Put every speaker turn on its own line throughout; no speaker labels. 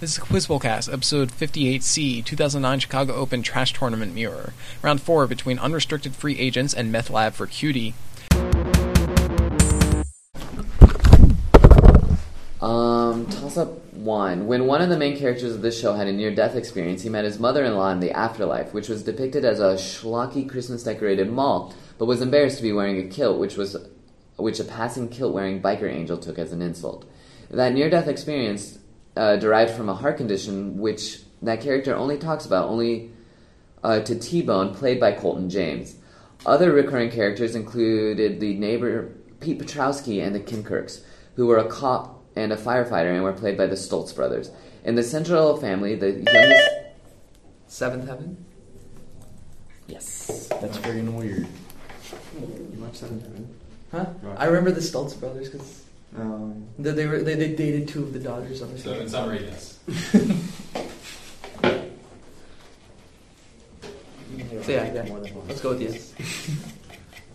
This is Quizballcast, episode 58C, 2009 Chicago Open Trash Tournament Mirror, round four between unrestricted free agents and Meth Lab for Cutie.
Um, toss up one. When one of the main characters of this show had a near death experience, he met his mother in law in the afterlife, which was depicted as a schlocky Christmas decorated mall, but was embarrassed to be wearing a kilt, which was which a passing kilt wearing biker angel took as an insult. That near death experience uh, derived from a heart condition, which that character only talks about only uh, to T Bone, played by Colton James. Other recurring characters included the neighbor Pete Petrowski and the Kinkirks, who were a cop and a firefighter and were played by the Stoltz brothers. In the Central family, the youngest. Seventh Heaven? Yes.
That's friggin' weird.
You watch Seventh Heaven?
Huh?
Right.
I remember the Stoltz brothers because
Oh,
they, they were they, they dated two of the Dodgers on the
So in
team.
summary, yes.
So yeah, yeah. Let's go with yes.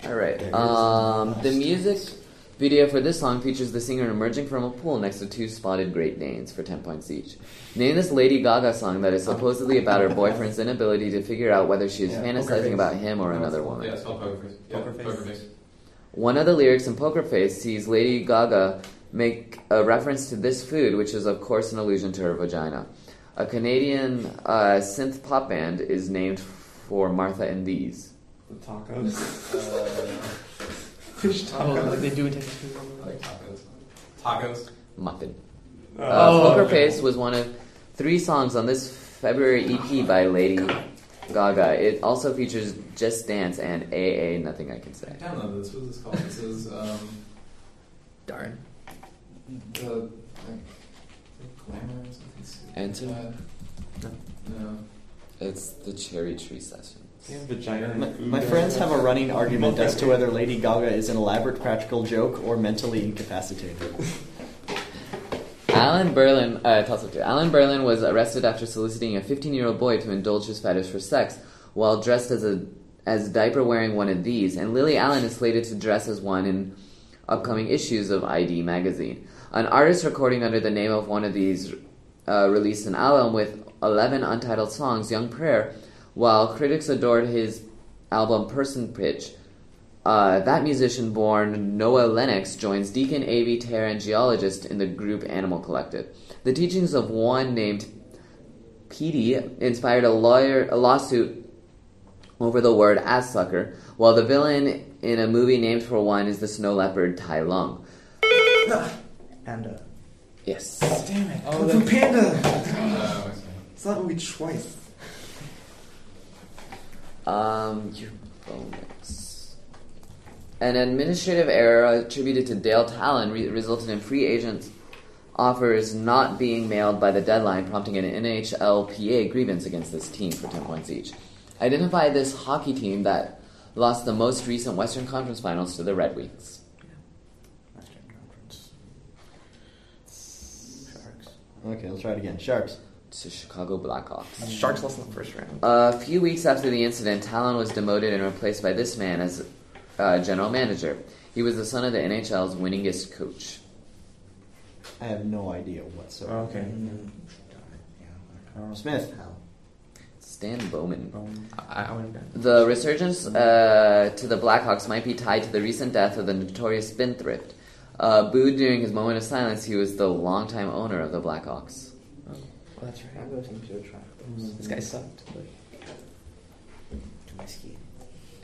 All right.
There is
Um, the
last.
music video for this song features the singer emerging from a pool next to two spotted Great Danes for 10 points each. Name this Lady Gaga song that is supposedly about her boyfriend's inability to figure out whether she is
Yeah, Poker
fantasizing
Face.
about him or another woman.
Yeah, it's called poker face. Yeah,
Poker Face.
Poker face.
One of the lyrics in Poker Face sees Lady Gaga make a reference to this food, which is, of course, an allusion to her vagina. A Canadian uh, synth pop band is named for Martha and These.
the tacos. Uh,
Fish Oh, like they do it.
I like tacos. Tacos.
Muffin.
Oh,
Uh,
Uh,
Oh.
Poker
okay.
Face was one of three songs on this February EP by Lady Gaga. It also features Just Dance and AA Nothing I Can
I
Say.
downloaded this. What is this called? This is um,
Darn.
the like, glamour or something. stupid like
Enter?
that. No.
uh, It's the Cherry Tree Session.
Yeah, vagina and
My,
food.
my friends have a running argument as to whether Lady Gaga is an elaborate practical joke or mentally incapacitated.
Alan Berlin, uh, toss up two. Alan Berlin was arrested after soliciting a 15 year old boy to indulge his fetish for sex while dressed as a as diaper wearing one of these, and Lily Allen is slated to dress as one in upcoming issues of ID magazine. An artist recording under the name of one of these uh, released an album with 11 untitled songs, Young Prayer, while critics adored his album Person Pitch. Uh, that musician born Noah Lennox joins Deacon A.V. Terra and geologist in the group Animal Collective. The teachings of one named Petey inspired a lawyer a lawsuit over the word ass sucker, while the villain in a movie named for one is the snow leopard Tai Lung.
Panda.
Yes.
Damn it.
Oh,
Kung Fu
that-
Panda.
Uh, okay.
It's that movie twice.
Um, your bonus. An administrative error attributed to Dale Talon re- resulted in free agents offers not being mailed by the deadline, prompting an NHLPA grievance against this team for 10 points each. Identify this hockey team that lost the most recent Western Conference Finals to the Red Wings.
Sharks.
Okay, let's try it again. Sharks.
To Chicago Blackhawks.
Sharks lost in the first round.
A few weeks after the incident, Talon was demoted and replaced by this man as uh, general manager. He was the son of the NHL's winningest coach.
I have no idea whatsoever. Mm-hmm.
okay.
Smith.
Stan Bowman.
Um,
I, I wouldn't have
The resurgence uh, to the Blackhawks might be tied to the recent death of the notorious spendthrift. Uh, booed during his moment of silence, he was the longtime owner of the Blackhawks.
Oh, well, that's right. I would have to try. Mm-hmm. This guy sucked. But
Comiskey.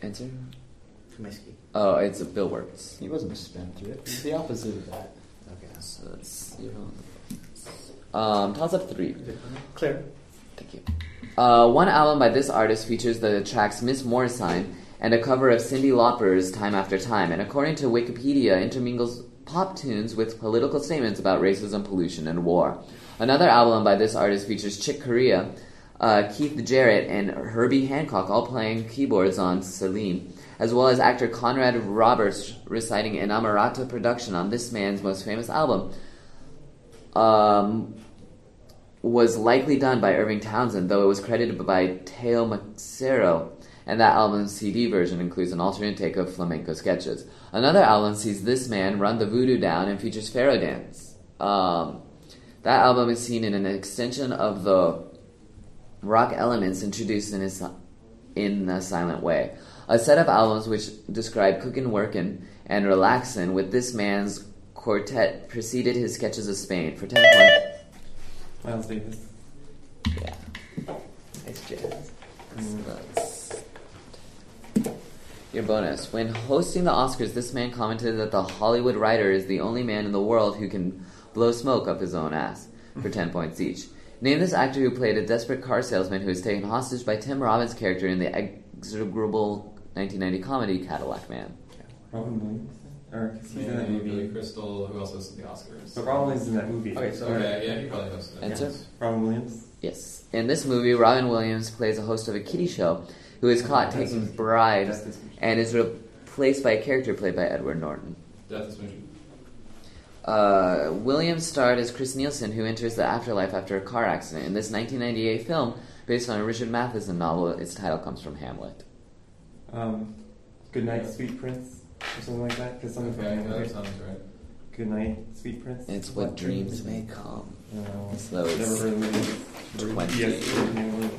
Answer?
Comiskey.
Oh, it's Bill Wirtz.
He wasn't a spendthrift. He's the opposite of that.
Okay.
So that's zero. Um, toss up three.
clear.
Thank you. Uh, one album by this artist features the tracks Miss Morrison and a cover of Cindy Lauper's Time After Time, and according to Wikipedia, intermingles pop tunes with political statements about racism, pollution, and war. Another album by this artist features Chick Corea, uh, Keith Jarrett, and Herbie Hancock all playing keyboards on Celine, as well as actor Conrad Roberts reciting an Amarata production on this man's most famous album. Um, was likely done by Irving Townsend, though it was credited by Teo Macero, and that album's CD version includes an alternate take of flamenco sketches. Another album sees this man run the voodoo down and features Pharaoh Dance. Um, That album is seen in an extension of the rock elements introduced in his in a silent way. A set of albums which describe cookin', workin', and relaxin' with this man's quartet preceded his sketches of Spain. For ten points,
Miles Davis.
yeah,
Nice jazz.
that's- your bonus. When hosting the Oscars, this man commented that the Hollywood writer is the only man in the world who can blow smoke up his own ass. For ten points each. Name this actor who played a desperate car salesman who is taken hostage by Tim Robbins' character in the execrable 1990 comedy Cadillac Man.
Robin Williams? Or, he's in that
Billy
movie.
Crystal, who else was in the Oscars?
So Robin Williams is in that movie.
Okay, so-
Okay, yeah, he probably knows that.
Answer?
Robin Williams?
Yes. In this movie, Robin Williams plays a host of a kiddie show who is caught
That's-
taking bribes
that's this movie.
and is replaced by a character played by Edward Norton.
Death is Magic.
Uh, Williams starred as Chris Nielsen, who enters the afterlife after a car accident. In this 1998 film, based on a Richard Matheson novel, its title comes from Hamlet.
Um, Good Night, Sweet Prince? Or something like that? Because something
Okay,
from
that
Hamlet.
sounds right.
Good Night, Sweet Prince?
It's what dreams may come.
No.
So it's
Never heard of the movie.
20.
Yes, never heard of the movie.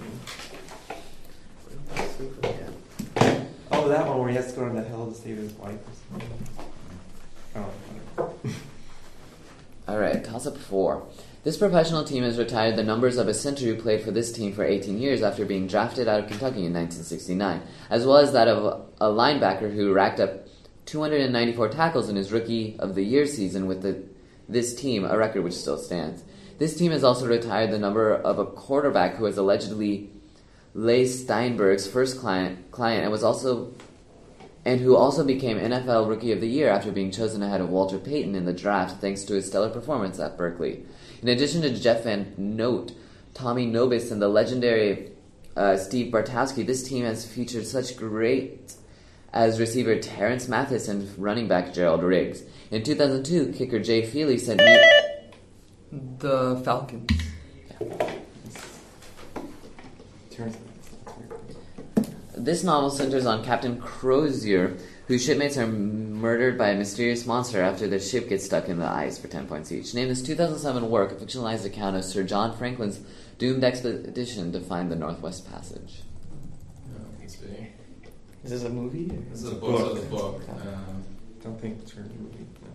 Oh, that one where he has to go to the hell to save his wife or something. Oh, whatever.
All right, toss up four. This professional team has retired the numbers of a center who played for this team for 18 years after being drafted out of Kentucky in 1969, as well as that of a linebacker who racked up 294 tackles in his rookie of the year season with the, this team, a record which still stands. This team has also retired the number of a quarterback who was allegedly Leigh Steinberg's first client, client and was also and who also became NFL Rookie of the Year after being chosen ahead of Walter Payton in the draft thanks to his stellar performance at Berkeley. In addition to Jeff Van Note, Tommy Nobis, and the legendary uh, Steve Bartowski, this team has featured such great as receiver Terrence Mathis and running back Gerald Riggs. In 2002, kicker Jay Feely said, "Me-
The Falcons.
Terrence.
This novel centers on Captain Crozier, whose shipmates are murdered by a mysterious monster after their ship gets stuck in the ice for 10 points each. Name this 2007 work, a fictionalized account of Sir John Franklin's doomed expedition to find the Northwest Passage.
No, let's see.
Is this a movie? Or
This is a book. So it's a book. Um,
Don't think it's a movie. No.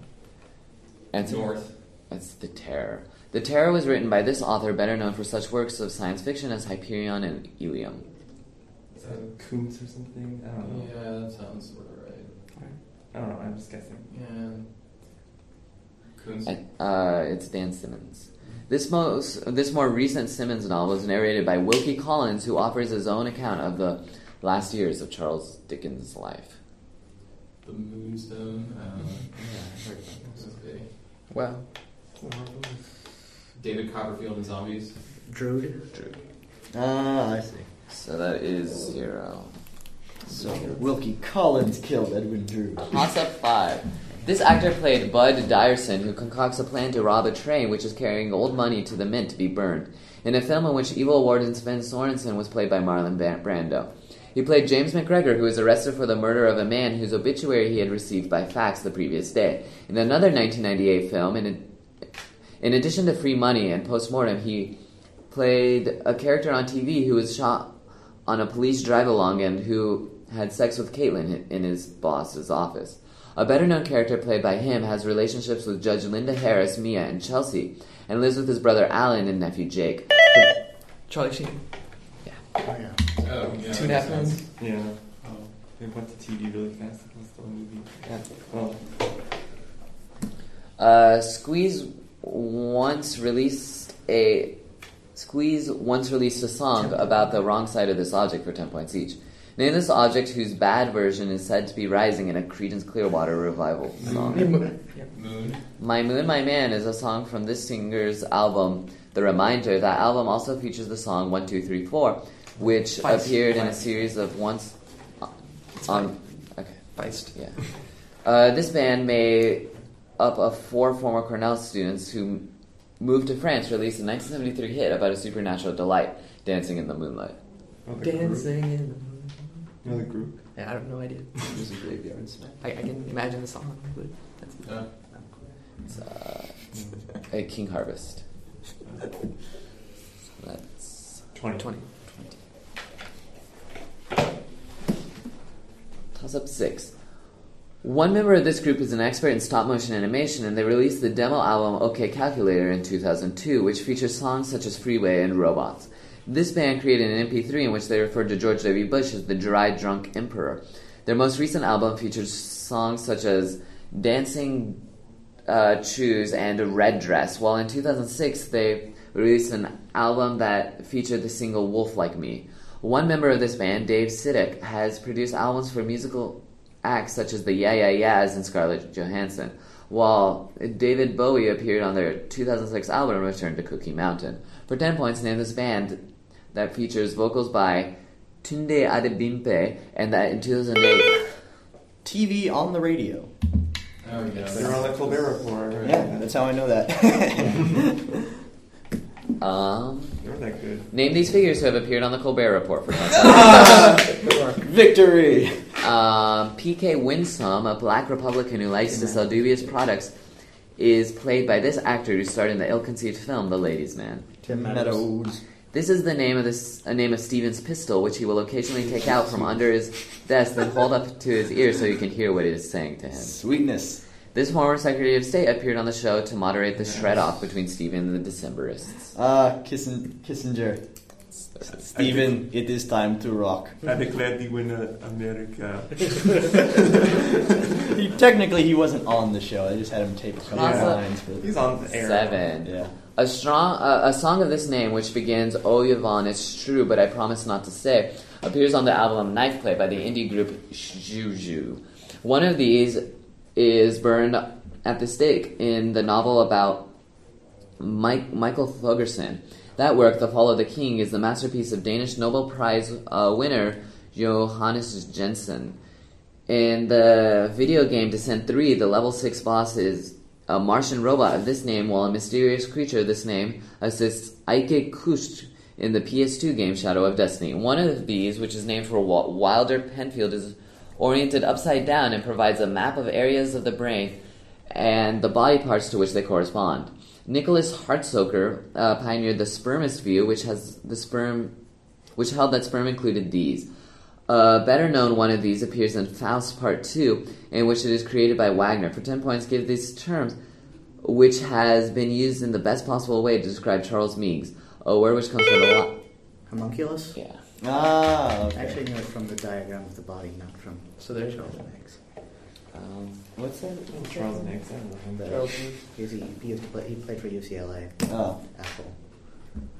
Answer.
North.
That's The Terror. The Terror was written by this author, better known for such works of science fiction as Hyperion and Ilium.
Is that Coombs or something? I don't know.
Yeah, that sounds sort of right.
I don't know. I'm just guessing.
Yeah. Coons.
And, Uh, it's Dan Simmons. This most this more recent Simmons novel is narrated by Wilkie Collins, who offers his own account of the last years of Charles Dickens' life.
The Moonstone. Um, let's see.
Wow.
David Copperfield and Zombies.
Druid.
Ah, I see.
So that is zero.
So Wilkie Collins killed Edwin Drood.
Toss up five. This actor played Bud Dyerson, who concocts a plan to rob a train which is carrying old money to the mint to be burned, in a film in which evil warden Sven Sorensen was played by Marlon Ban- Brando. He played James McGregor, who was arrested for the murder of a man whose obituary he had received by fax the previous day. In another 1998 film, in, a, in addition to Free Money and Postmortem, he played a character on TV who was shot on a police drive along and who had sex with Caitlin in his boss's office. A better known character played by him has relationships with Judge Linda Harris, Mia, and Chelsea, and lives with his brother Alan and nephew Jake.
Charlie Sheen.
Oh, yeah.
Two and a half men.
Yeah. Oh. They went to TV really fast. It was still a movie. Yeah. Well,
Uh, Squeeze once released a Squeeze once released a song about the wrong side of this object for ten points each. Name this object whose bad version is said to be rising in a Creedence Clearwater revival song.
Mm-hmm.
Moon.
My Moon, My Man is a song from this singer's album, The Reminder. That album also features the song One, Two, Three, Four, which
Twice.
appeared in a
Twice.
series of once. uh,
It's
On, okay,
Feist.
yeah. Uh, this band made up of four former Cornell students who moved to France, released a 1973 hit about a supernatural delight, Dancing in the Moonlight.
oh,
another Group.
Dancing in the moon.
Another group.
Yeah, I have no idea. I, I can imagine the
Oh.
song, but that's
Uh,
It's uh, a King Harvest. That's 20.
20.
20. Toss up 6. One member of this group is an expert in stop motion animation, and they released the demo album OK Calculator in 2002, which features songs such as Freeway and Robots. This band created an MP3 in which they referred to George W. Bush as the dry drunk emperor. Their most recent album features songs such as Dancing uh, Choose and a Red Dress, while in 2006 they released an album that featured the single Wolf Like Me. One member of this band, Dave Siddick, has produced albums for musical acts such as the Yeah Yeah Yeahs and Scarlett Johansson, while David Bowie appeared on their 2006 album Return to Cookie Mountain. For 10 points, name this band that features vocals by Tunde Adebimpe and that in 2008.
TV on the radio.
There we go.
They're on the Colbert Report. right?
Yeah, that's how I know that.
Um,
They weren't that good.
name these figures who have appeared on the Colbert Report for
Victory!
Um, PK Winsome, a black Republican who likes to sell dubious products, is played by this actor who starred in the ill-conceived film The Ladies' Man.
Tim Meadows.
This is the name of this a name of Steven's pistol, which he will occasionally take out from under his desk and hold up to his ear so you can hear what it is saying to him.
Sweetness.
This former Secretary of State appeared on the show to moderate the shred off between Steven and the Decemberists.
Ah, Kissin- Kissinger. Stephen, it is time to rock.
I declare the winner America.
He, technically, he wasn't on the show. I just had him tape a couple
Yeah.
lines for
He's on the air.
Seven.
Yeah.
A strong uh, a song of this name, which begins "Oh Yvonne, it's true, but I promise not to say," appears on the album Knife Play by the indie group Juju. One of these is burned at the stake in the novel about Mike, Michael Thogerson. That work, The Fall of the King, is the masterpiece of Danish Nobel Prize uh, winner Johannes Jensen. In the video game Descent 3, the level 6 boss is a Martian robot of this name, while a mysterious creature of this name assists Ike Kust in the PS2 game Shadow of Destiny. One of these, which is named for Wa- Wilder Penfield, is oriented upside down and provides a map of areas of the brain and the body parts to which they correspond. Nicholas Hartsoker uh, pioneered the spermist view, which has the sperm, which held that sperm included these. A better known one of these appears in Faust Part Two, in which it is created by Wagner. For ten points, give these terms, which has been used in the best possible way to describe Charles Meigs, a word which comes from the lot.
Homunculus?
Yeah.
Ah, okay.
Actually, no, from the diagram of the body, not from. So there's Charles Max.
Um,
What's that?
Charles Nix. I don't know.
Charles He's, he, he, was pla- he played for UCLA.
Oh.
Apple.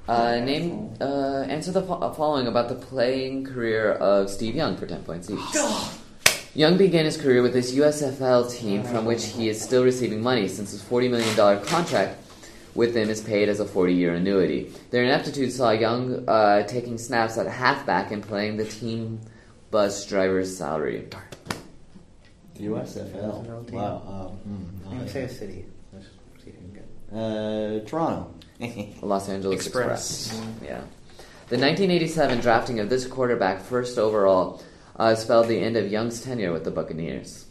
uh, name. Uh, answer the fo- following about the playing career of Steve Young for ten points each. Young began him career with his USFL team, from which he is still receiving money since his $40 million contract with them is paid as a 40 year annuity. Their ineptitude saw Young uh, taking snaps at halfback and playing the team bus driver's salary.
USFL.
team.
Wow. Um,
I'm
hmm,
gonna say a city. Let's see if we can get.
uh, Toronto.
Los Angeles
Express.
Express. Yeah. The 1987 drafting of this quarterback first overall uh, spelled the end of Young's tenure with the Buccaneers.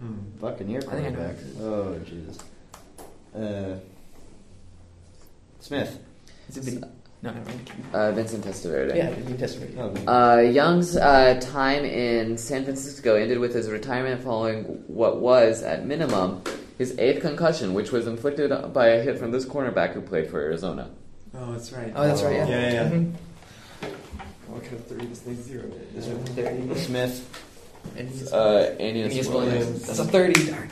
Hmm.
Buccaneer
think I know
quarterback. Oh, Jesus. Uh, Smith.
No, no, right.
Uh, Vincent Testaverde.
Yeah, you just read.
No,
Uh, Young's uh, time in San Francisco ended with his retirement following what was, at minimum, his eighth concussion, which was inflicted by a hit from this cornerback who played for Arizona.
Oh, that's right. Mm-hmm.
Oh, that's right, yeah.
Yeah, yeah.
Mhm.
What kind of three this thing zero?
There's a 30.
Smith.
And he's-
Uh, Aeneas
he's
Williams.
Williams. That's a 30. Darn.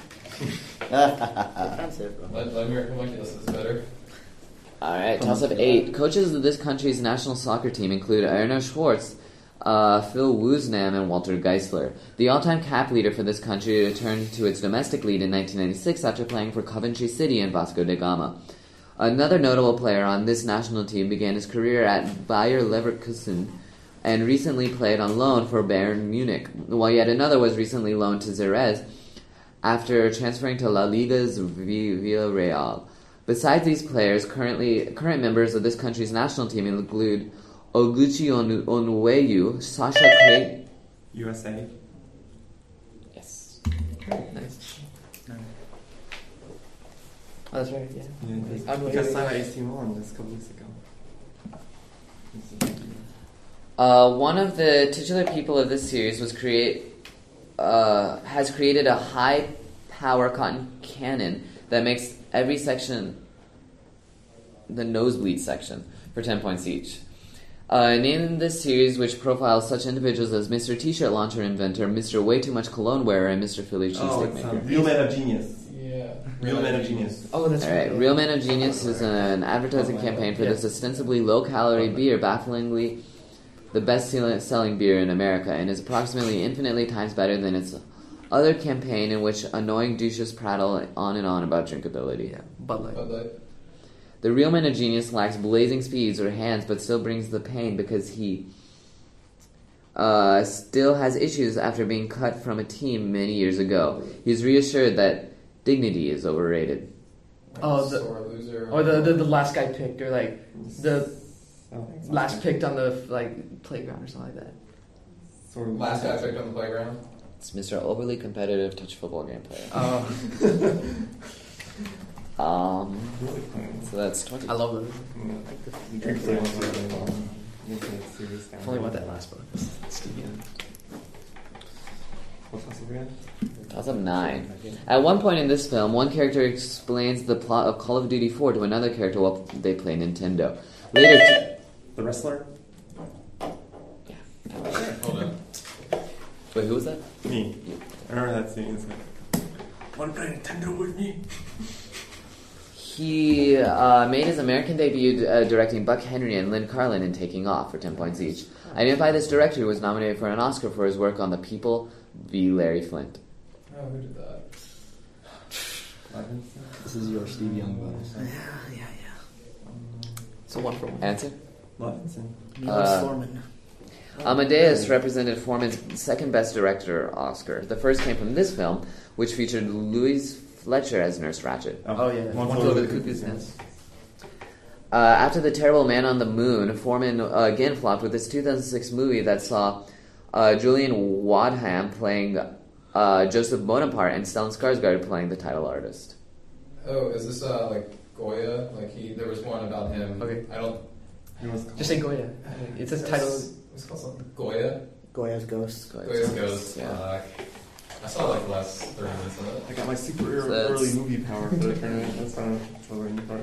Offensive.
Let, let me recommend this is better.
All right, toss up eight. Coaches of this country's national soccer team include Erno Schwartz, uh, Phil Woosnam, and Walter Geisler. The all-time cap leader for this country returned to its domestic lead in 1996 after playing for Coventry City and Vasco da Gama. Another notable player on this national team began his career at Bayer Leverkusen and recently played on loan for Bayern Munich, while yet another was recently loaned to Xerez after transferring to La Liga's Vi- Villarreal. Besides these players, currently current members of this country's national team include Oguchi Onu- Onueyu, Sasha K.
USA.
Yes.
Nice. Oh, that's right. Yeah.
Yeah,
I'm
we
waiting.
just signed AC Milan just a couple weeks ago. It's a big deal.
Uh, one of the titular people of this series was create uh, has created a high power cotton cannon that makes every section the nosebleed section for ten points each. Uh, and in this series, which profiles such individuals as Mr. T-shirt launcher inventor, Mr. Way Too Much Cologne wearer, and Mr. Philly
Oh,
cheesesteak
it's um,
maker.
Real Man of Genius.
Yeah.
Real Man of Genius.
Oh, that's
All
right.
right, Real Man of Genius is an advertising campaign for this ostensibly low-calorie beer, bafflingly the best-selling beer in America, and is approximately infinitely times better than its other campaign in which annoying douches prattle on and on about drinkability.
Yeah, Bud Light.
Bud Light.
The real man of genius lacks blazing speeds or hands, but still brings the pain because he uh, still has issues after being cut from a team many years ago. He's reassured that dignity is overrated.
Oh, the-
Sore loser.
Or the, the the last guy picked, or like the
Oh,
last picked on the like playground or something like that.
Sort of-
last guy picked on the playground.
It's Mr. Overly Competitive Touch Football Game Player.
Oh,
Um,
Really fun.
so that's 20.
I love those.
Yeah. You can play one of them, um, you can make series down.
If only want that last book.
Yeah. What's that, Sabrina?
Toss up 9. At one point in this film, one character explains the plot of Call of Duty 4 to another character while they play Nintendo. Later.
The wrestler?
Hold on.
Wait, who was that?
Me. I remember that scene. It's like, wanna play Nintendo with me?
He uh, made his American debut uh, directing Buck Henry and Lynn Carlin in Taking Off for 10 points each. Identify this director who was nominated for an Oscar for his work on The People v. Larry Flint.
Oh, who did that?
Levinson?
This is your Steve Young bonus.
So one for one.
Answer?
Levinson.
Uh, Amadeus represented Foreman's second best director Oscar. The first came from this film, which featured Louise Fletcher as Nurse Ratchet.
Oh yeah, one,
flew
flew over
over
the cuckoo's nest.
Uh, after the terrible Man on the Moon, Foreman uh, again flopped with his 2006 movie that saw uh, Julian Wadham playing uh, Joseph Bonaparte and Stellan Skarsgård playing the title artist.
Oh, is this uh, like Goya? Like he, there was one about him.
Okay.
I don't.
It was called-
Just say Goya. It says title.
It's, it's called something Goya. Uh,
Goya's ghost.
Goya's Ghost.
Yeah.
Fuck. I saw like the last thirty minutes of it.
I got my super
So that's-
early movie power for the tournament. That's not totally new part.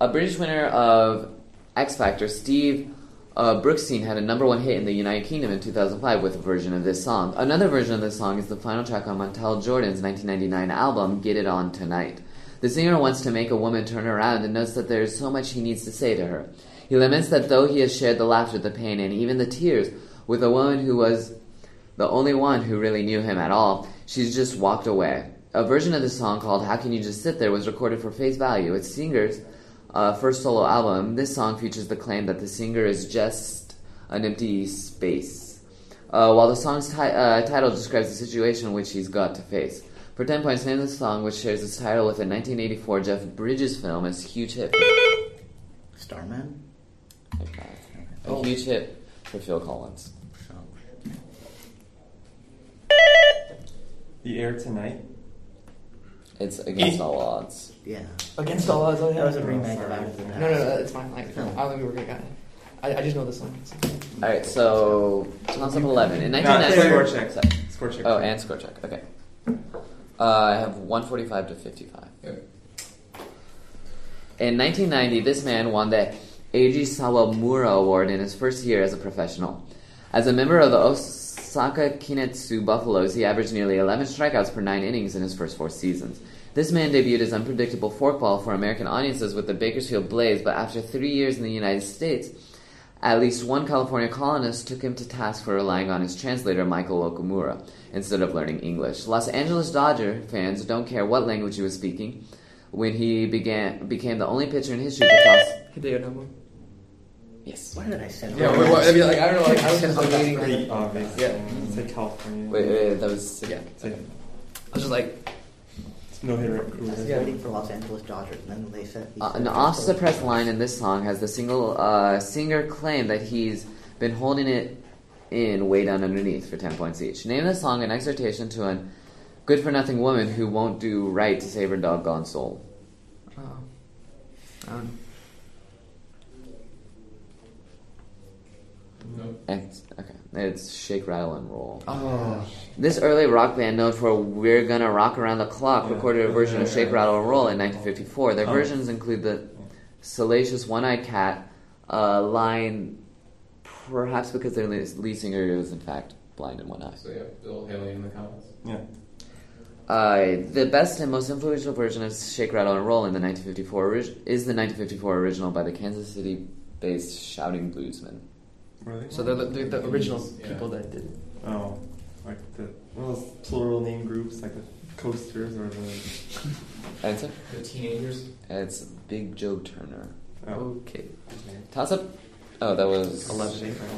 A British winner of X Factor, Steve uh, Brookstein, had a number one hit in the United Kingdom in 2005 with a version of this song. Another version of this song is the final track on Montel Jordan's 1999 album, Get It On Tonight. The singer wants to make a woman turn around and notes that there is so much he needs to say to her. He laments that though he has shared the laughter, the pain, and even the tears with a woman who was the only one who really knew him at all, she's just walked away. A version of the song called How Can You Just Sit There was recorded for face value. It's singer's uh, first solo album. This song features the claim that the singer is just an empty space. Uh, while the song's ti- uh, title describes the situation which he's got to face. For 10 points, name the song which shares its title with a 1984 Jeff Bridges film as huge hit.
Uh, Starman?
Okay.
Oh.
A
Oh.
huge hit for Phil Collins.
The Air Tonight?
It's against all odds.
Yeah.
Against all odds. Oh, yeah.
That was a
Oh,
remake of
sorry.
Out of the
No,
no,
Past.
no, no, it's fine. Like,
No.
I don't think we were gonna get it. I, I just know this one.
All right, so toss up eleven in
No,
1994.
score check. Score check.
Oh, and score check. Okay. Uh, I have 145 to 55.
Okay.
In 1990, this man won the Eiji Sawamura Award in his first year as a professional. As a member of the Osaka Kinetsu Buffaloes, he averaged nearly 11 strikeouts per 9 innings in his first four seasons. This man debuted as unpredictable forkball for American audiences with the Bakersfield Blaze, but after three years in the United States, at least one California colonist took him to task for relying on his translator, Michael Okamura, instead of learning English. Los Angeles Dodger fans don't care what language he was speaking when he began became the only pitcher in history to toss.
Hideo Nomo.
Yes.
Why did I say
Yeah, wait, what, I mean, like I don't know. Like
Oh,
I was
I
just like
was
waiting.
Pretty obvious.
Yeah.
It's like California.
Wait, wait, that was.
Yeah.
It's like,
just like,
it's no hitter.
I was waiting for Los Angeles Dodgers, and then they said.
Uh, an off suppressed line in this song has the single uh, singer claim that he's been holding it in way down underneath for 10 points each. Name the song an exhortation to an good for nothing woman who won't do right to save her doggone soul.
Oh. Um, I don't know.
Nope.
It's, okay, it's shake, rattle, and roll.
Oh.
This early rock band, known for "We're Gonna Rock Around the Clock,"
Yeah.
recorded a version of
Yeah.
"Shake, Rattle, and Roll" in 1954. Their
Oh.
versions include the salacious "One-Eyed Cat" uh, line, perhaps because their lead lead singer is in fact blind in one eye.
So yeah, Bill Haley in the comments.
Yeah.
Uh, the best and most influential version of Shake, Rattle, and Roll in the 1954 orig- is the 1954 original by the Kansas City-based Shouting Bluesmen.
Really?
So they're the, they're the original
Yeah.
people that did it.
Oh, like the one of those plural name groups, like the coasters or the.
Answer?
The teenagers.
It's Big Joe Turner.
Oh,
Okay.
Toss up. Oh, that was
11 April.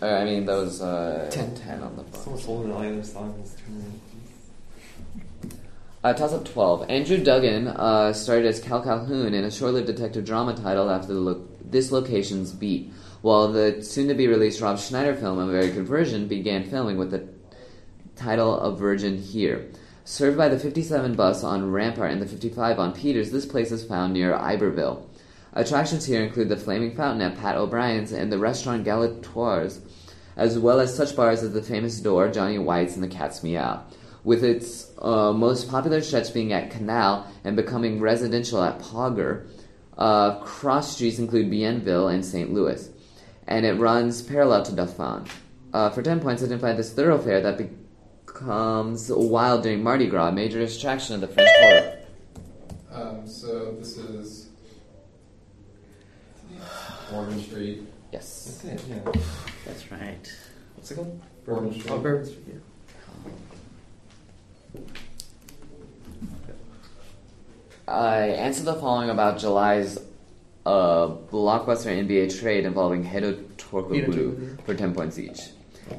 Or, I mean, that was uh,
10.
10 on the book.
Someone's holding all the other songs.
Uh, toss up 12. Andrew Duggan uh, started as Cal Calhoun in a short lived detective drama titled after the lo- this location's beat, while the soon to be released Rob Schneider film, A Very Good Version, began filming with the title of Virgin Here. Served by the 57 bus on Rampart and the 55 on Peters, this place is found near Iberville. Attractions here include the Flaming Fountain at Pat O'Brien's and the restaurant Galatoire's, as well as such bars as the famous Door, Johnny White's, and the Cat's Meow. With its uh, most popular stretch being at Canal and becoming residential at Pogger, uh, cross streets include Bienville and St. Louis, and it runs parallel to Dauphin. Uh, for 10 points, identify this thoroughfare that becomes wild during Mardi Gras, a major attraction of the French Quarter.
Um, so this is Morgan Street.
Yes,
That's it, yeah.
That's right.
What's it called?
Bourbon Street.
Oh, Bourbon Street, yeah.
I answer the following about July's uh, blockbuster NBA trade involving Hedo Torkoglu
Torkoglu.
for 10 points each.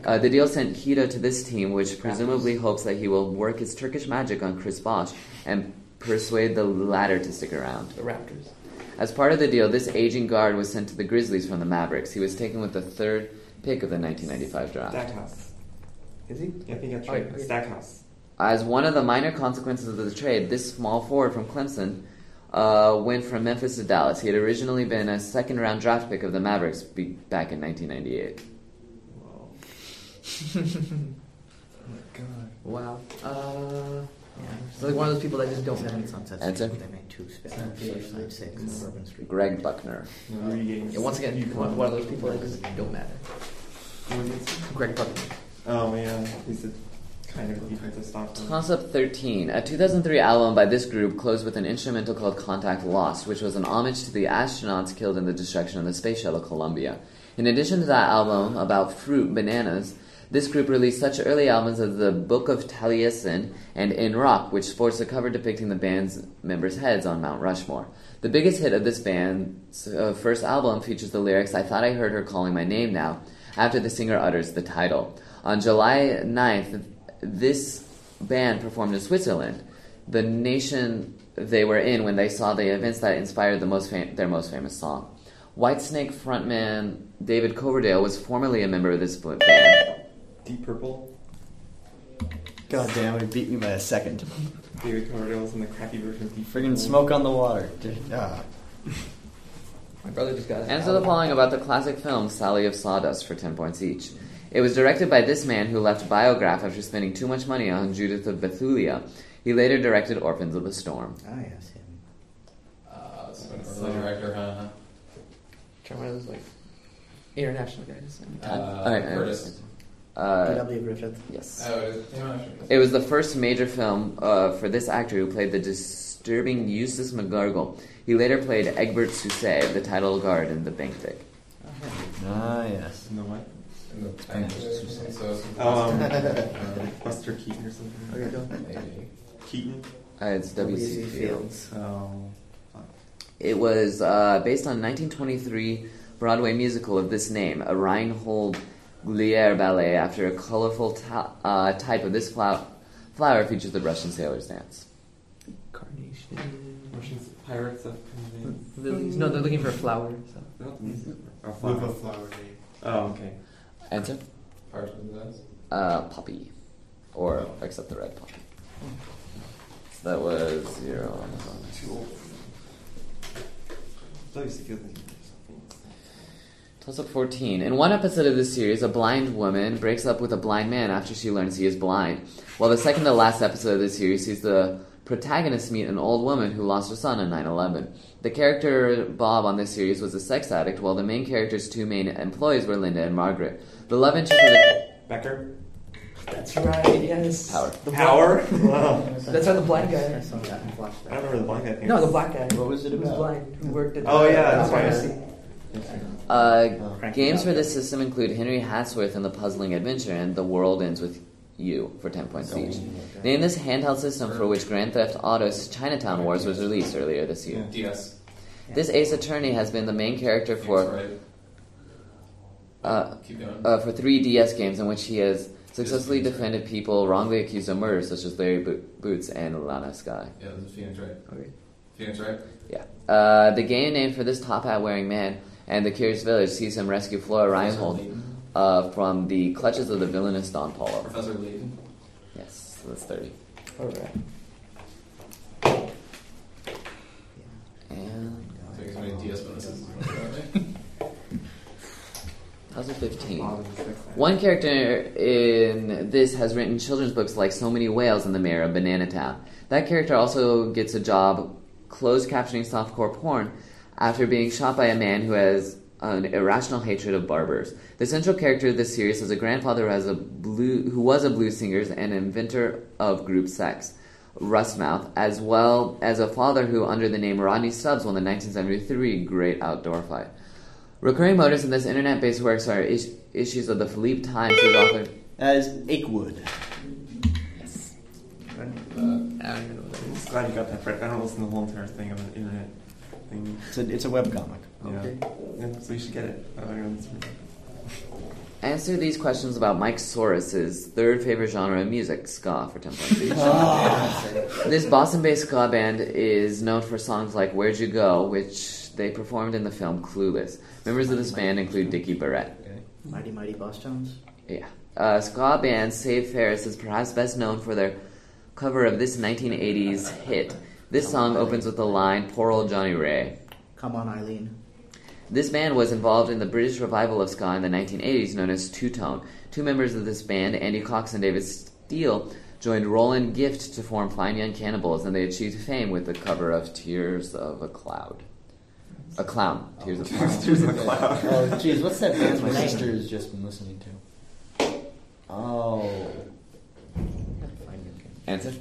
Uh, the deal sent Hedo to this team, which presumably hopes that he will work his Turkish magic on Chris Bosh and persuade the latter to stick around.
The Raptors.
As part of the deal, this aging guard was sent to the Grizzlies from the Mavericks. He was taken with the third pick of the 1995 draft.
Stackhouse. Is he? Yeah, I think that's
Oh,
right.
yeah.
Stackhouse.
As one of the minor consequences of the trade, this small forward from Clemson uh, went from Memphis to Dallas. He had originally been a second round draft pick of the Mavericks be- back in 1998.
Wow. oh my god.
Wow. Uh,
Yeah.
so like one of those people that just don't know.
Seven Sunset Street.
Answer?
They made two spin-offs, Surfside Six and Bourbon Street.
Greg Buckner.
No, three games.
Yeah, once again,
You
one,
can't-
one of those people that just don't matter.
Who was it?
Greg Buckner.
Oh yeah, he's a kind of defensive stop.
Toss Up 13. A 2003 album by this group closed with an instrumental called Contact Lost, which was an homage to the astronauts killed in the destruction of the space shuttle Columbia. In addition to that album about fruit, bananas, this group released such early albums as The Book of Taliesin and In Rock, which sports a cover depicting the band's members' heads on Mount Rushmore. The biggest hit of this band's uh, first album features the lyrics I Thought I Heard Her Calling My Name Now, after the singer utters the title. On July 9th, this band performed in Switzerland, the nation they were in when they saw the events that inspired the most fam- their most famous song. Whitesnake frontman David Coverdale was formerly a member of this b- band.
Deep Purple.
God damn it, beat me by a second.
David Coverdale's in the crappy version of Deep
Friggin'
Purple.
smoke on the water. Just- ah.
My brother just got an
Answer the
album.
following about the classic film Sally of Sawdust for 10 points each. It was directed by this man who left Biograph after spending too much money on Judith of Bethulia. He later directed Orphans of a Storm.
Ah, yes, him.
Uh, it's been a early director, huh? Uh,
Try one of those like international guys.
Time?
Uh,
All right,
Curtis.
Uh,
D.W. Griffith.
yes.
Oh, it came out after this.
It was the first major film uh, for this actor who played the disturbing Eustace McGargle. He later played Egbert Susse, the title guard in The Bank Thick.
Ah, yes.
In the what?
In the back of it, and so it's-
Um,
um,
Buster Keaton or something.
Okay, go.
maybe.
Keaton.
Uh, it's W.C. Fields.
Oh.
It was uh, based on 1923 Broadway musical of this name, a Reinhold Glier ballet after a colorful ta- uh, type of this flower, flower features the Russian sailor's dance.
Carnation.
Russians, pirates of Convenience.
Lilies. No, they're looking for a flower. So.
They're not the music. Or
Live a
flowers.
flower day.
Oh, okay.
Answer?
Parts of the dance.
Uh, poppy. Or, except the red poppy. That was zero on the bonus.
Too old. So used to feel like something.
Toss up 14. In one episode of this series, a blind woman breaks up with a blind man after she learns he is blind. While the second to last episode of this series sees the protagonist meet an old woman who lost her son on 9 11. The character Bob on this series was a sex addict, while the main character's two main employees were Linda and Margaret. The love interest of the
Becker?
That's right. Yes.
power.
The
Power?
I
Wow.
was
That's how the blind guy-
I saw that in
I
flashback.
don't remember the blind guy
Black-
thing.
No, the black guy.
What was it
Who was
about?
blind? Who worked at?
Oh,
the,
yeah, that's right.
pharmacy.
Uh,
Crank it
games
up.
for this system include Henry Hatsworth and the Puzzling Adventure and The World Ends With You for 10 points each. Name this handheld system for which Grand Theft Auto's Chinatown Wars was released earlier this year.
DS.
This Ace Attorney has been the main character
That's
for
right.
uh,
Keep going.
uh, for three DS games in which he has successfully defended people wrongly accused of murder, such as Larry Bo- Boots and Lana Sky.
yeah, this is Phoenix Wright.
Okay.
Phoenix Wright?
Yeah. Uh, the game name for this top hat wearing man and the Curious Village sees him rescue Flora Reinhold
Leighton.
uh, from the clutches of the villainous Don Paulo.
Professor Leighton.
Yes, so that's 30.
All right.
And
Taking as many DS bonuses.
how's it
Mm.
15?
Bob is the sex guy.
One character in this has written children's books like So Many Whales and the Mayor of Banana Town. That character also gets a job closed captioning softcore porn after being shot by a man who has an irrational hatred of barbers. The central character of this series is a grandfather who, has a blue, who was a blues singer and inventor of group sex, Rustmouth, as well as a father who, under the name Rodney Stubbs, won the 1973 Great Outdoor Fight. Recurring motives in this internet-based works are is- issues of the Philippe Times, whose author.
That is Akewood.
Uh,
I'm glad you got that, Fred. I don't listen to the whole entire thing of an internet thing.
It's a, it's a webcomic.
Yeah. yeah. So you should get it. Uh, I don't know.
Answer these questions about Mike Soros's third favorite genre of music, ska, for 10 points each. This Boston based ska band is known for songs like Where'd You Go, which they performed in the film Clueless. Members of this band include Dickie Barrett.
Mighty Mighty Boss Jones.
Yeah. Uh, ska band Save Ferris is perhaps best known for their cover of this 1980s hit. This song opens with the line, Poor Old Johnny Ray.
Come on, Eileen.
This band was involved in the British revival of ska in the 1980s, known as Two Tone. Two members of this band, Andy Cox and David Steele, joined Roland Gift to form Fine Young Cannibals, and they achieved fame with the cover of Tears of a Cloud. A Clown. Tears of a Clown.
There's a cloud.
Oh, jeez, what's that band my
Name.
sister has just been listening to? Oh,
Find your kid.
Answer?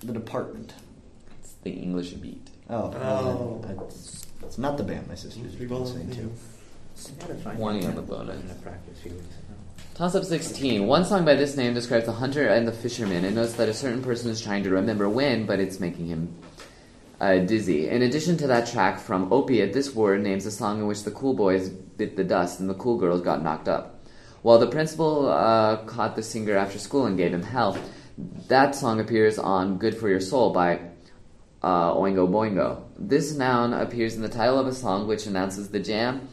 The Department.
It's the English beat.
Oh,
Oh.
uh, it's, it's not the band my sister's been listening to.
Yeah, that's fine.
Twenty on the
Yeah,
bonus.
I'm gonna practice few weeks in a row.
Toss up 16. One song by this name describes the hunter and the fisherman and notes that a certain person is trying to remember when, but it's making him uh, dizzy. In addition to that track from Opiate, this word names a song in which the cool boys bit the dust and the cool girls got knocked up. While the principal uh, caught the singer after school and gave him hell, that song appears on Good for Your Soul by uh, Oingo Boingo. This noun appears in the title of a song which announces the jam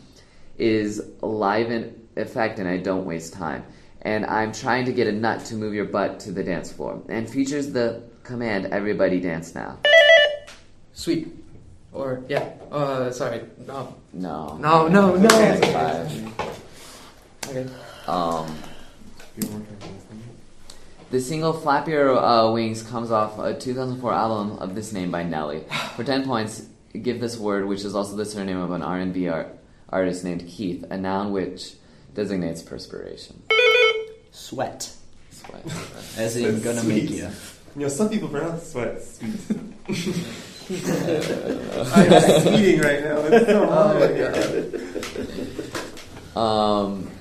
is live in effect and I don't waste time. And I'm trying to get a nut to move your butt to the dance floor. And features the command everybody dance now.
Sweet. Or yeah. Uh, sorry. No.
No.
No. No.
That's
No.
five.
Okay.
Um,
Be more careful with them.
the single Flap Your uh, Wings comes off a 2004 album of this name by Nelly. For 10 points, give this word, which is also the surname of an R&B art- artist named Keith, a noun which designates perspiration.
Sweat.
Sweat.
As in, gonna make you.
You know, some people pronounce sweat sweet. I'm sweating right now. It's so
Oh
hard.
Um,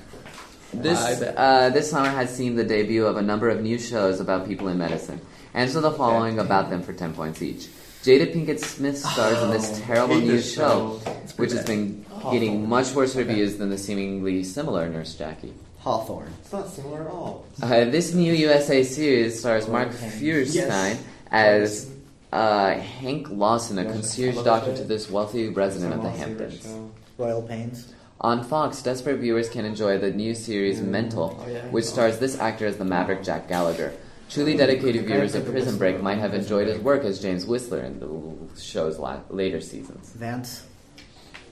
this uh, this summer has seen the debut of a number of new shows about people in medicine. Answer the following about them for ten points each. Jada Pinkett Smith stars in this terrible
hate
new
this
show, which has
bad.
been getting much worse reviews than the seemingly similar Nurse Jackie.
Hawthorne.
It's not similar at all.
Uh, this new USA series stars Mark
Okay.
Fierstein as uh, Hank Lawson, a
Yes, I
concierge
love
doctor
that.
to this wealthy resident of the Hamptons.
Royal Pains.
On Fox, desperate viewers can enjoy the new series Mental,
Oh, yeah.
which stars this actor as Oh, the maverick Jack Gallagher. Truly dedicated viewers of
Whistler.
Prison Break might have enjoyed his work as James Whistler in the show's la- later seasons.
Vance.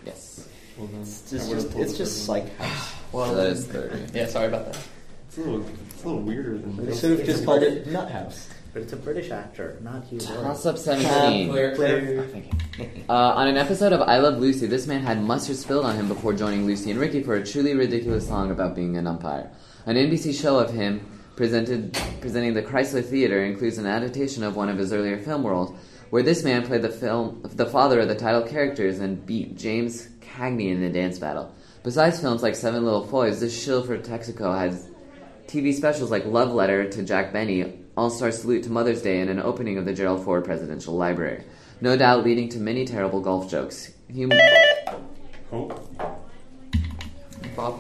Yes.
Well, then,
It's
I
just,
would've
just-
pulled
it's just
Prison.
psych house.
Well, um, that is 30.
Yeah, sorry about that.
It's a little, it's a little weirder than.
They should have
It's
just
a
called
British-
it Nut House.
But it's a British actor, not Hugh
Toss
Laurie.
up 17.
Clear.
Clear.
Uh, on an episode of I Love Lucy, this man had mustard spilled on him before joining Lucy and Ricky for a truly ridiculous song about being an umpire. An NBC show of him presented presenting the Chrysler Theater includes an adaptation of one of his earlier film roles, where this man played the film the father of the title characters and beat James Cagney in a dance battle. Besides films like Seven Little Foys, this shill for Texaco has TV specials like Love Letter to Jack Benny, All Star Salute to Mother's Day, and an opening of the Gerald Ford Presidential Library. No doubt leading to many terrible golf jokes. Hum-
Hope.
Bob?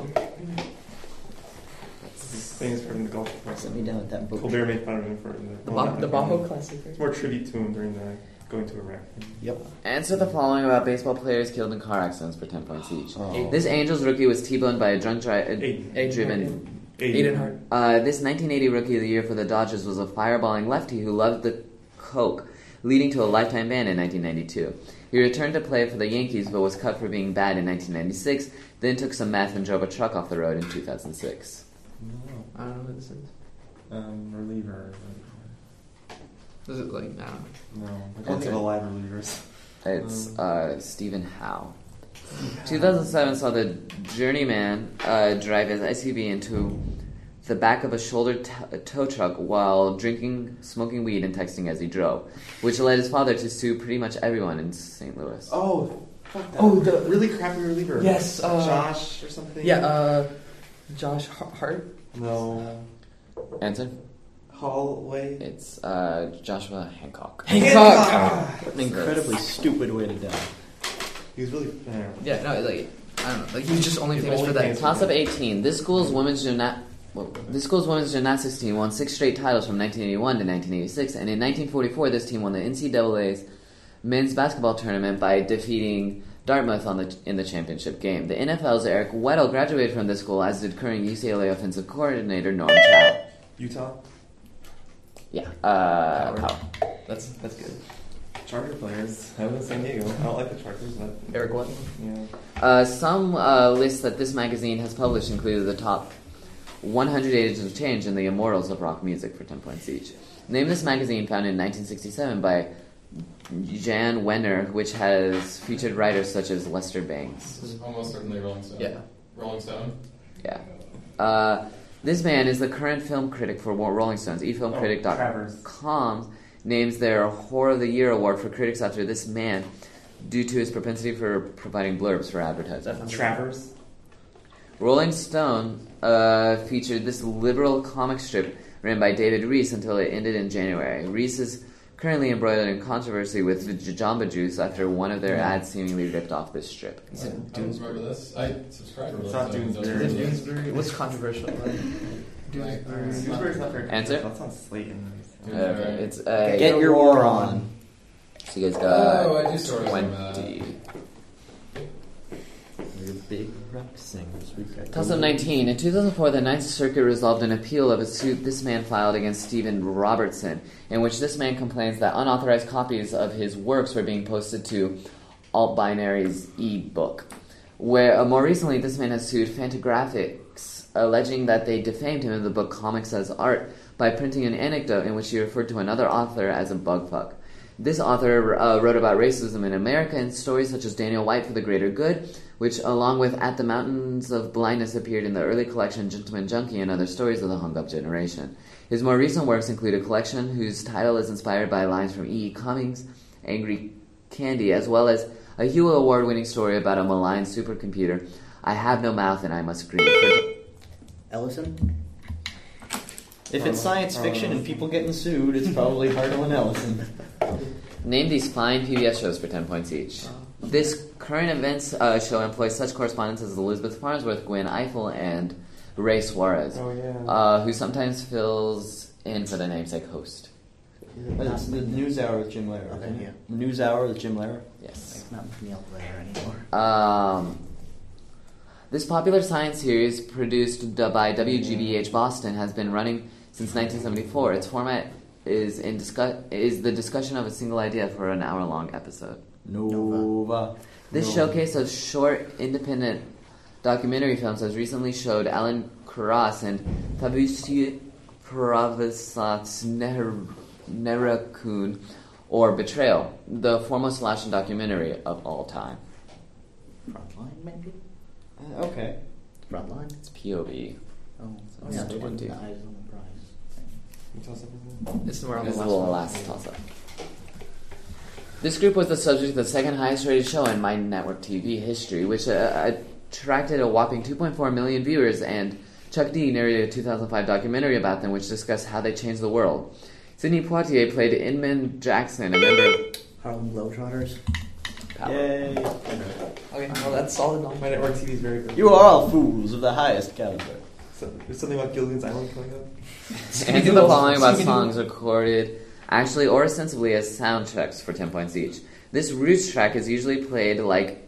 He's famous for the golf course.
Set me down with that book.
Colbert made fun of him for it in the.
The,
well,
Bob,
not
the
in
Bobo classic.
It's more tribute to him during the going to Iraq.
Yep.
Answer the following about baseball players killed in car accidents for 10 points each.
Oh.
This Angels rookie was T-boned by a drunk driver.
Aiden.
Aiden
Driven.
Aiden Hart.
Uh, this 1980 Rookie of the Year for the Dodgers was a fireballing lefty who loved the Coke, leading to a lifetime ban in 1992. He returned to play for the Yankees but was cut for being bad in 1996, then took some meth and drove a truck off the road in 2006.
No.
I don't know who this is.
Um, reliever.
Is it like now?
No. Like lots of
Okay.
alive relievers.
It's
Um.
uh, Stephen Howe. 2007 saw the journeyman uh, drive his SUV into the back of a shoulder t- a tow truck while drinking, smoking weed, and texting as he drove, which led his father to sue pretty much everyone in St. Louis.
Oh, fuck that.
Oh, the-
really crappy reliever.
Yes, uh,
Josh or something.
Yeah, uh, Josh Har- Hart.
no.
Answer?
Hallway.
It's uh, Joshua Hancock.
Hancock.
What an incredibly stupid way to die.
He was really. I don't know.
Yeah, no, like I don't know. Like he was just only
He's
famous
only
for that.
famous-
Toss up 18. This school's women's gymna- well, this school's women's gymnastics team won six straight titles from 1981 to 1986, and in 1944, this team won the NCAA's men's basketball tournament by defeating Dartmouth on the, in the championship game. The NFL's Eric Weddle graduated from this school, as did current UCLA offensive coordinator Norm Chow.
Utah.
Yeah, uh,
Howard.
Powell.
That's that's good.
Charger players. I was in San Diego. I don't like the Chargers, but
Eric Weddle.
yeah.
Uh, some uh, lists that this magazine has published included the top 100 Agents of Change and the Immortals of Rock Music for 10 points each. Name this magazine, founded in 1967 by Jan Wenner, which has featured writers such as Lester Bangs.
It's Almost certainly Rolling Stone.
Yeah.
Rolling Stone.
Yeah. Uh, this man is the current film critic for Wa- Rolling Stones. e
Oh, Travers.
eFilmCritic.com names their Horror of the Year award for critics after this man due to his propensity for providing blurbs for advertising.
Travers.
Rolling Stone uh, featured this liberal comic strip written by David Reese until it ended in January. Reese is currently embroiled in controversy with the J- Jamba Juice after one of
Mm.
their ads seemingly ripped off this strip.
Is it
I don't remember this. I subscribe to
It's not
Rolling Stone.
Doonesbury.
Don't you?
Doonesbury. What's controversial? about it?
Like,
Dewsbury's not very
Answer?
That's on Slate anyways.
Uh,
Yeah. Alright.
it's uh,
Okay.
Get your war on.
so you guys
Oh,
got
I do uh, sort of remember that.
twenty.
We're big rock singers. We've got
2019. In 2004, the Ninth Circuit resolved an appeal of a suit this man filed against Stephen Robertson, in which this man complains that unauthorized copies of his works were being posted to Alt Binary's e-book. Where uh, more recently, this man has sued Fantagraphics, alleging that they defamed him in the book Comics as Art by printing an anecdote in which he referred to another author as a bugfuck. This author uh, wrote about racism in America in stories such as Daniel White for the Greater Good, which, along with At the Mountains of Blindness, appeared in the early collection Gentleman Junkie and other stories of the hung up generation. His more recent works include a collection whose title is inspired by lines from E. E. Cummings' Angry Candy, as well as a Hugo Award winning story about a malign supercomputer, I Have No Mouth and I Must Scream.
Ellison?
If it's science fiction and people getting sued, it's probably Hartle and Ellison.
Name these fine PBS shows for 10 points each. This current events uh, show employs such correspondents as Elizabeth Farnsworth, Gwen Eiffel, and Ray Suarez,
Oh yeah.
uh, who sometimes fills in for the namesake host.
It's the news hour with Jim Lehrer.
Okay, yeah.
News hour with Jim Lehrer.
Yes.
Not Neil Blair anymore.
Um, this popular science series, produced d- by WGBH Boston, has been running since 1974. Its format is in discuss- is the discussion of a single idea for an hour long episode.
Nova.
This showcase of short, independent documentary films has recently showed Alan Karas and Tabusi Pravasat's Nerakun, or Betrayal, the foremost Latin documentary of all time.
Frontline, maybe?
Uh, okay.
Frontline?
It's POV.
Oh,
Oh,
yeah,
yeah,
the
they didn't
one with
do-
the eyes on the prize.
Can you tell us everything?
This is where all the
This is
last
the
one.
last toss up. This group was the subject of the second highest rated show in my network TV history, which uh, attracted a whopping 2.4 million viewers, and Chuck D narrated a 2005 documentary about them, which discussed how they changed the world. Sidney Poitier played Inman Jackson, a member of
Harlem Globetrotters.
Power.
Yay.
Okay, well, that's all the non
My network TV is very good.
You are all fools of the highest caliber.
So, there's something about Gilligan's Island coming up.
Answer the following about songs recorded actually or ostensibly as soundtracks for 10 points each. This Roots track is usually played like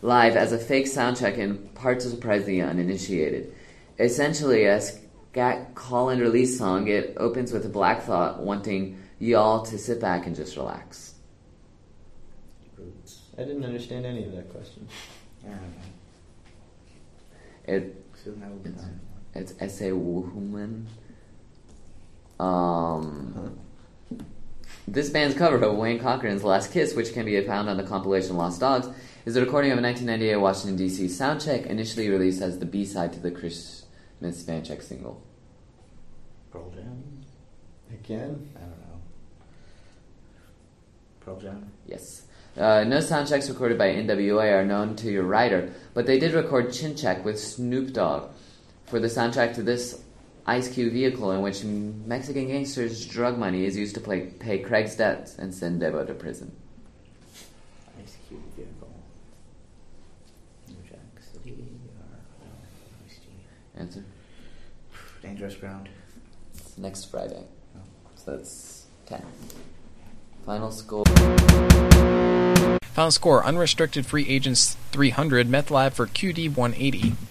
live as a fake soundtrack in part to surprise the uninitiated. Essentially, a scat call and release song, it opens with a black thought wanting y'all to sit back and just relax.
Roots.
I didn't understand any of that question.
Yeah,
It,
soon I will be done.
it's S.A. Woman. Um. This band's cover of Wayne Cochran's Last Kiss, which can be found on the compilation Lost Dogs, is a recording of a 1998 Washington, D.C. soundcheck initially released as the B side to the Christmas Vancheck single.
Pearl Jam?
Again?
I don't know. Pearl Jam?
Yes. Uh, no soundchecks recorded by NWA are known to your writer, but they did record Chin Check with Snoop Dogg for the soundtrack to this Ice Cube vehicle in which Mexican gangsters' drug money is used to play, pay Craig's debts and send Devo to prison.
Ice Cube Vehicle. New Jack City or. no, Ice Cube.
Answer?
Dangerous Ground.
It's next Friday.
Oh.
So that's 10. Final score.
Final score Unrestricted Free Agents 300, Meth Lab for QD 180.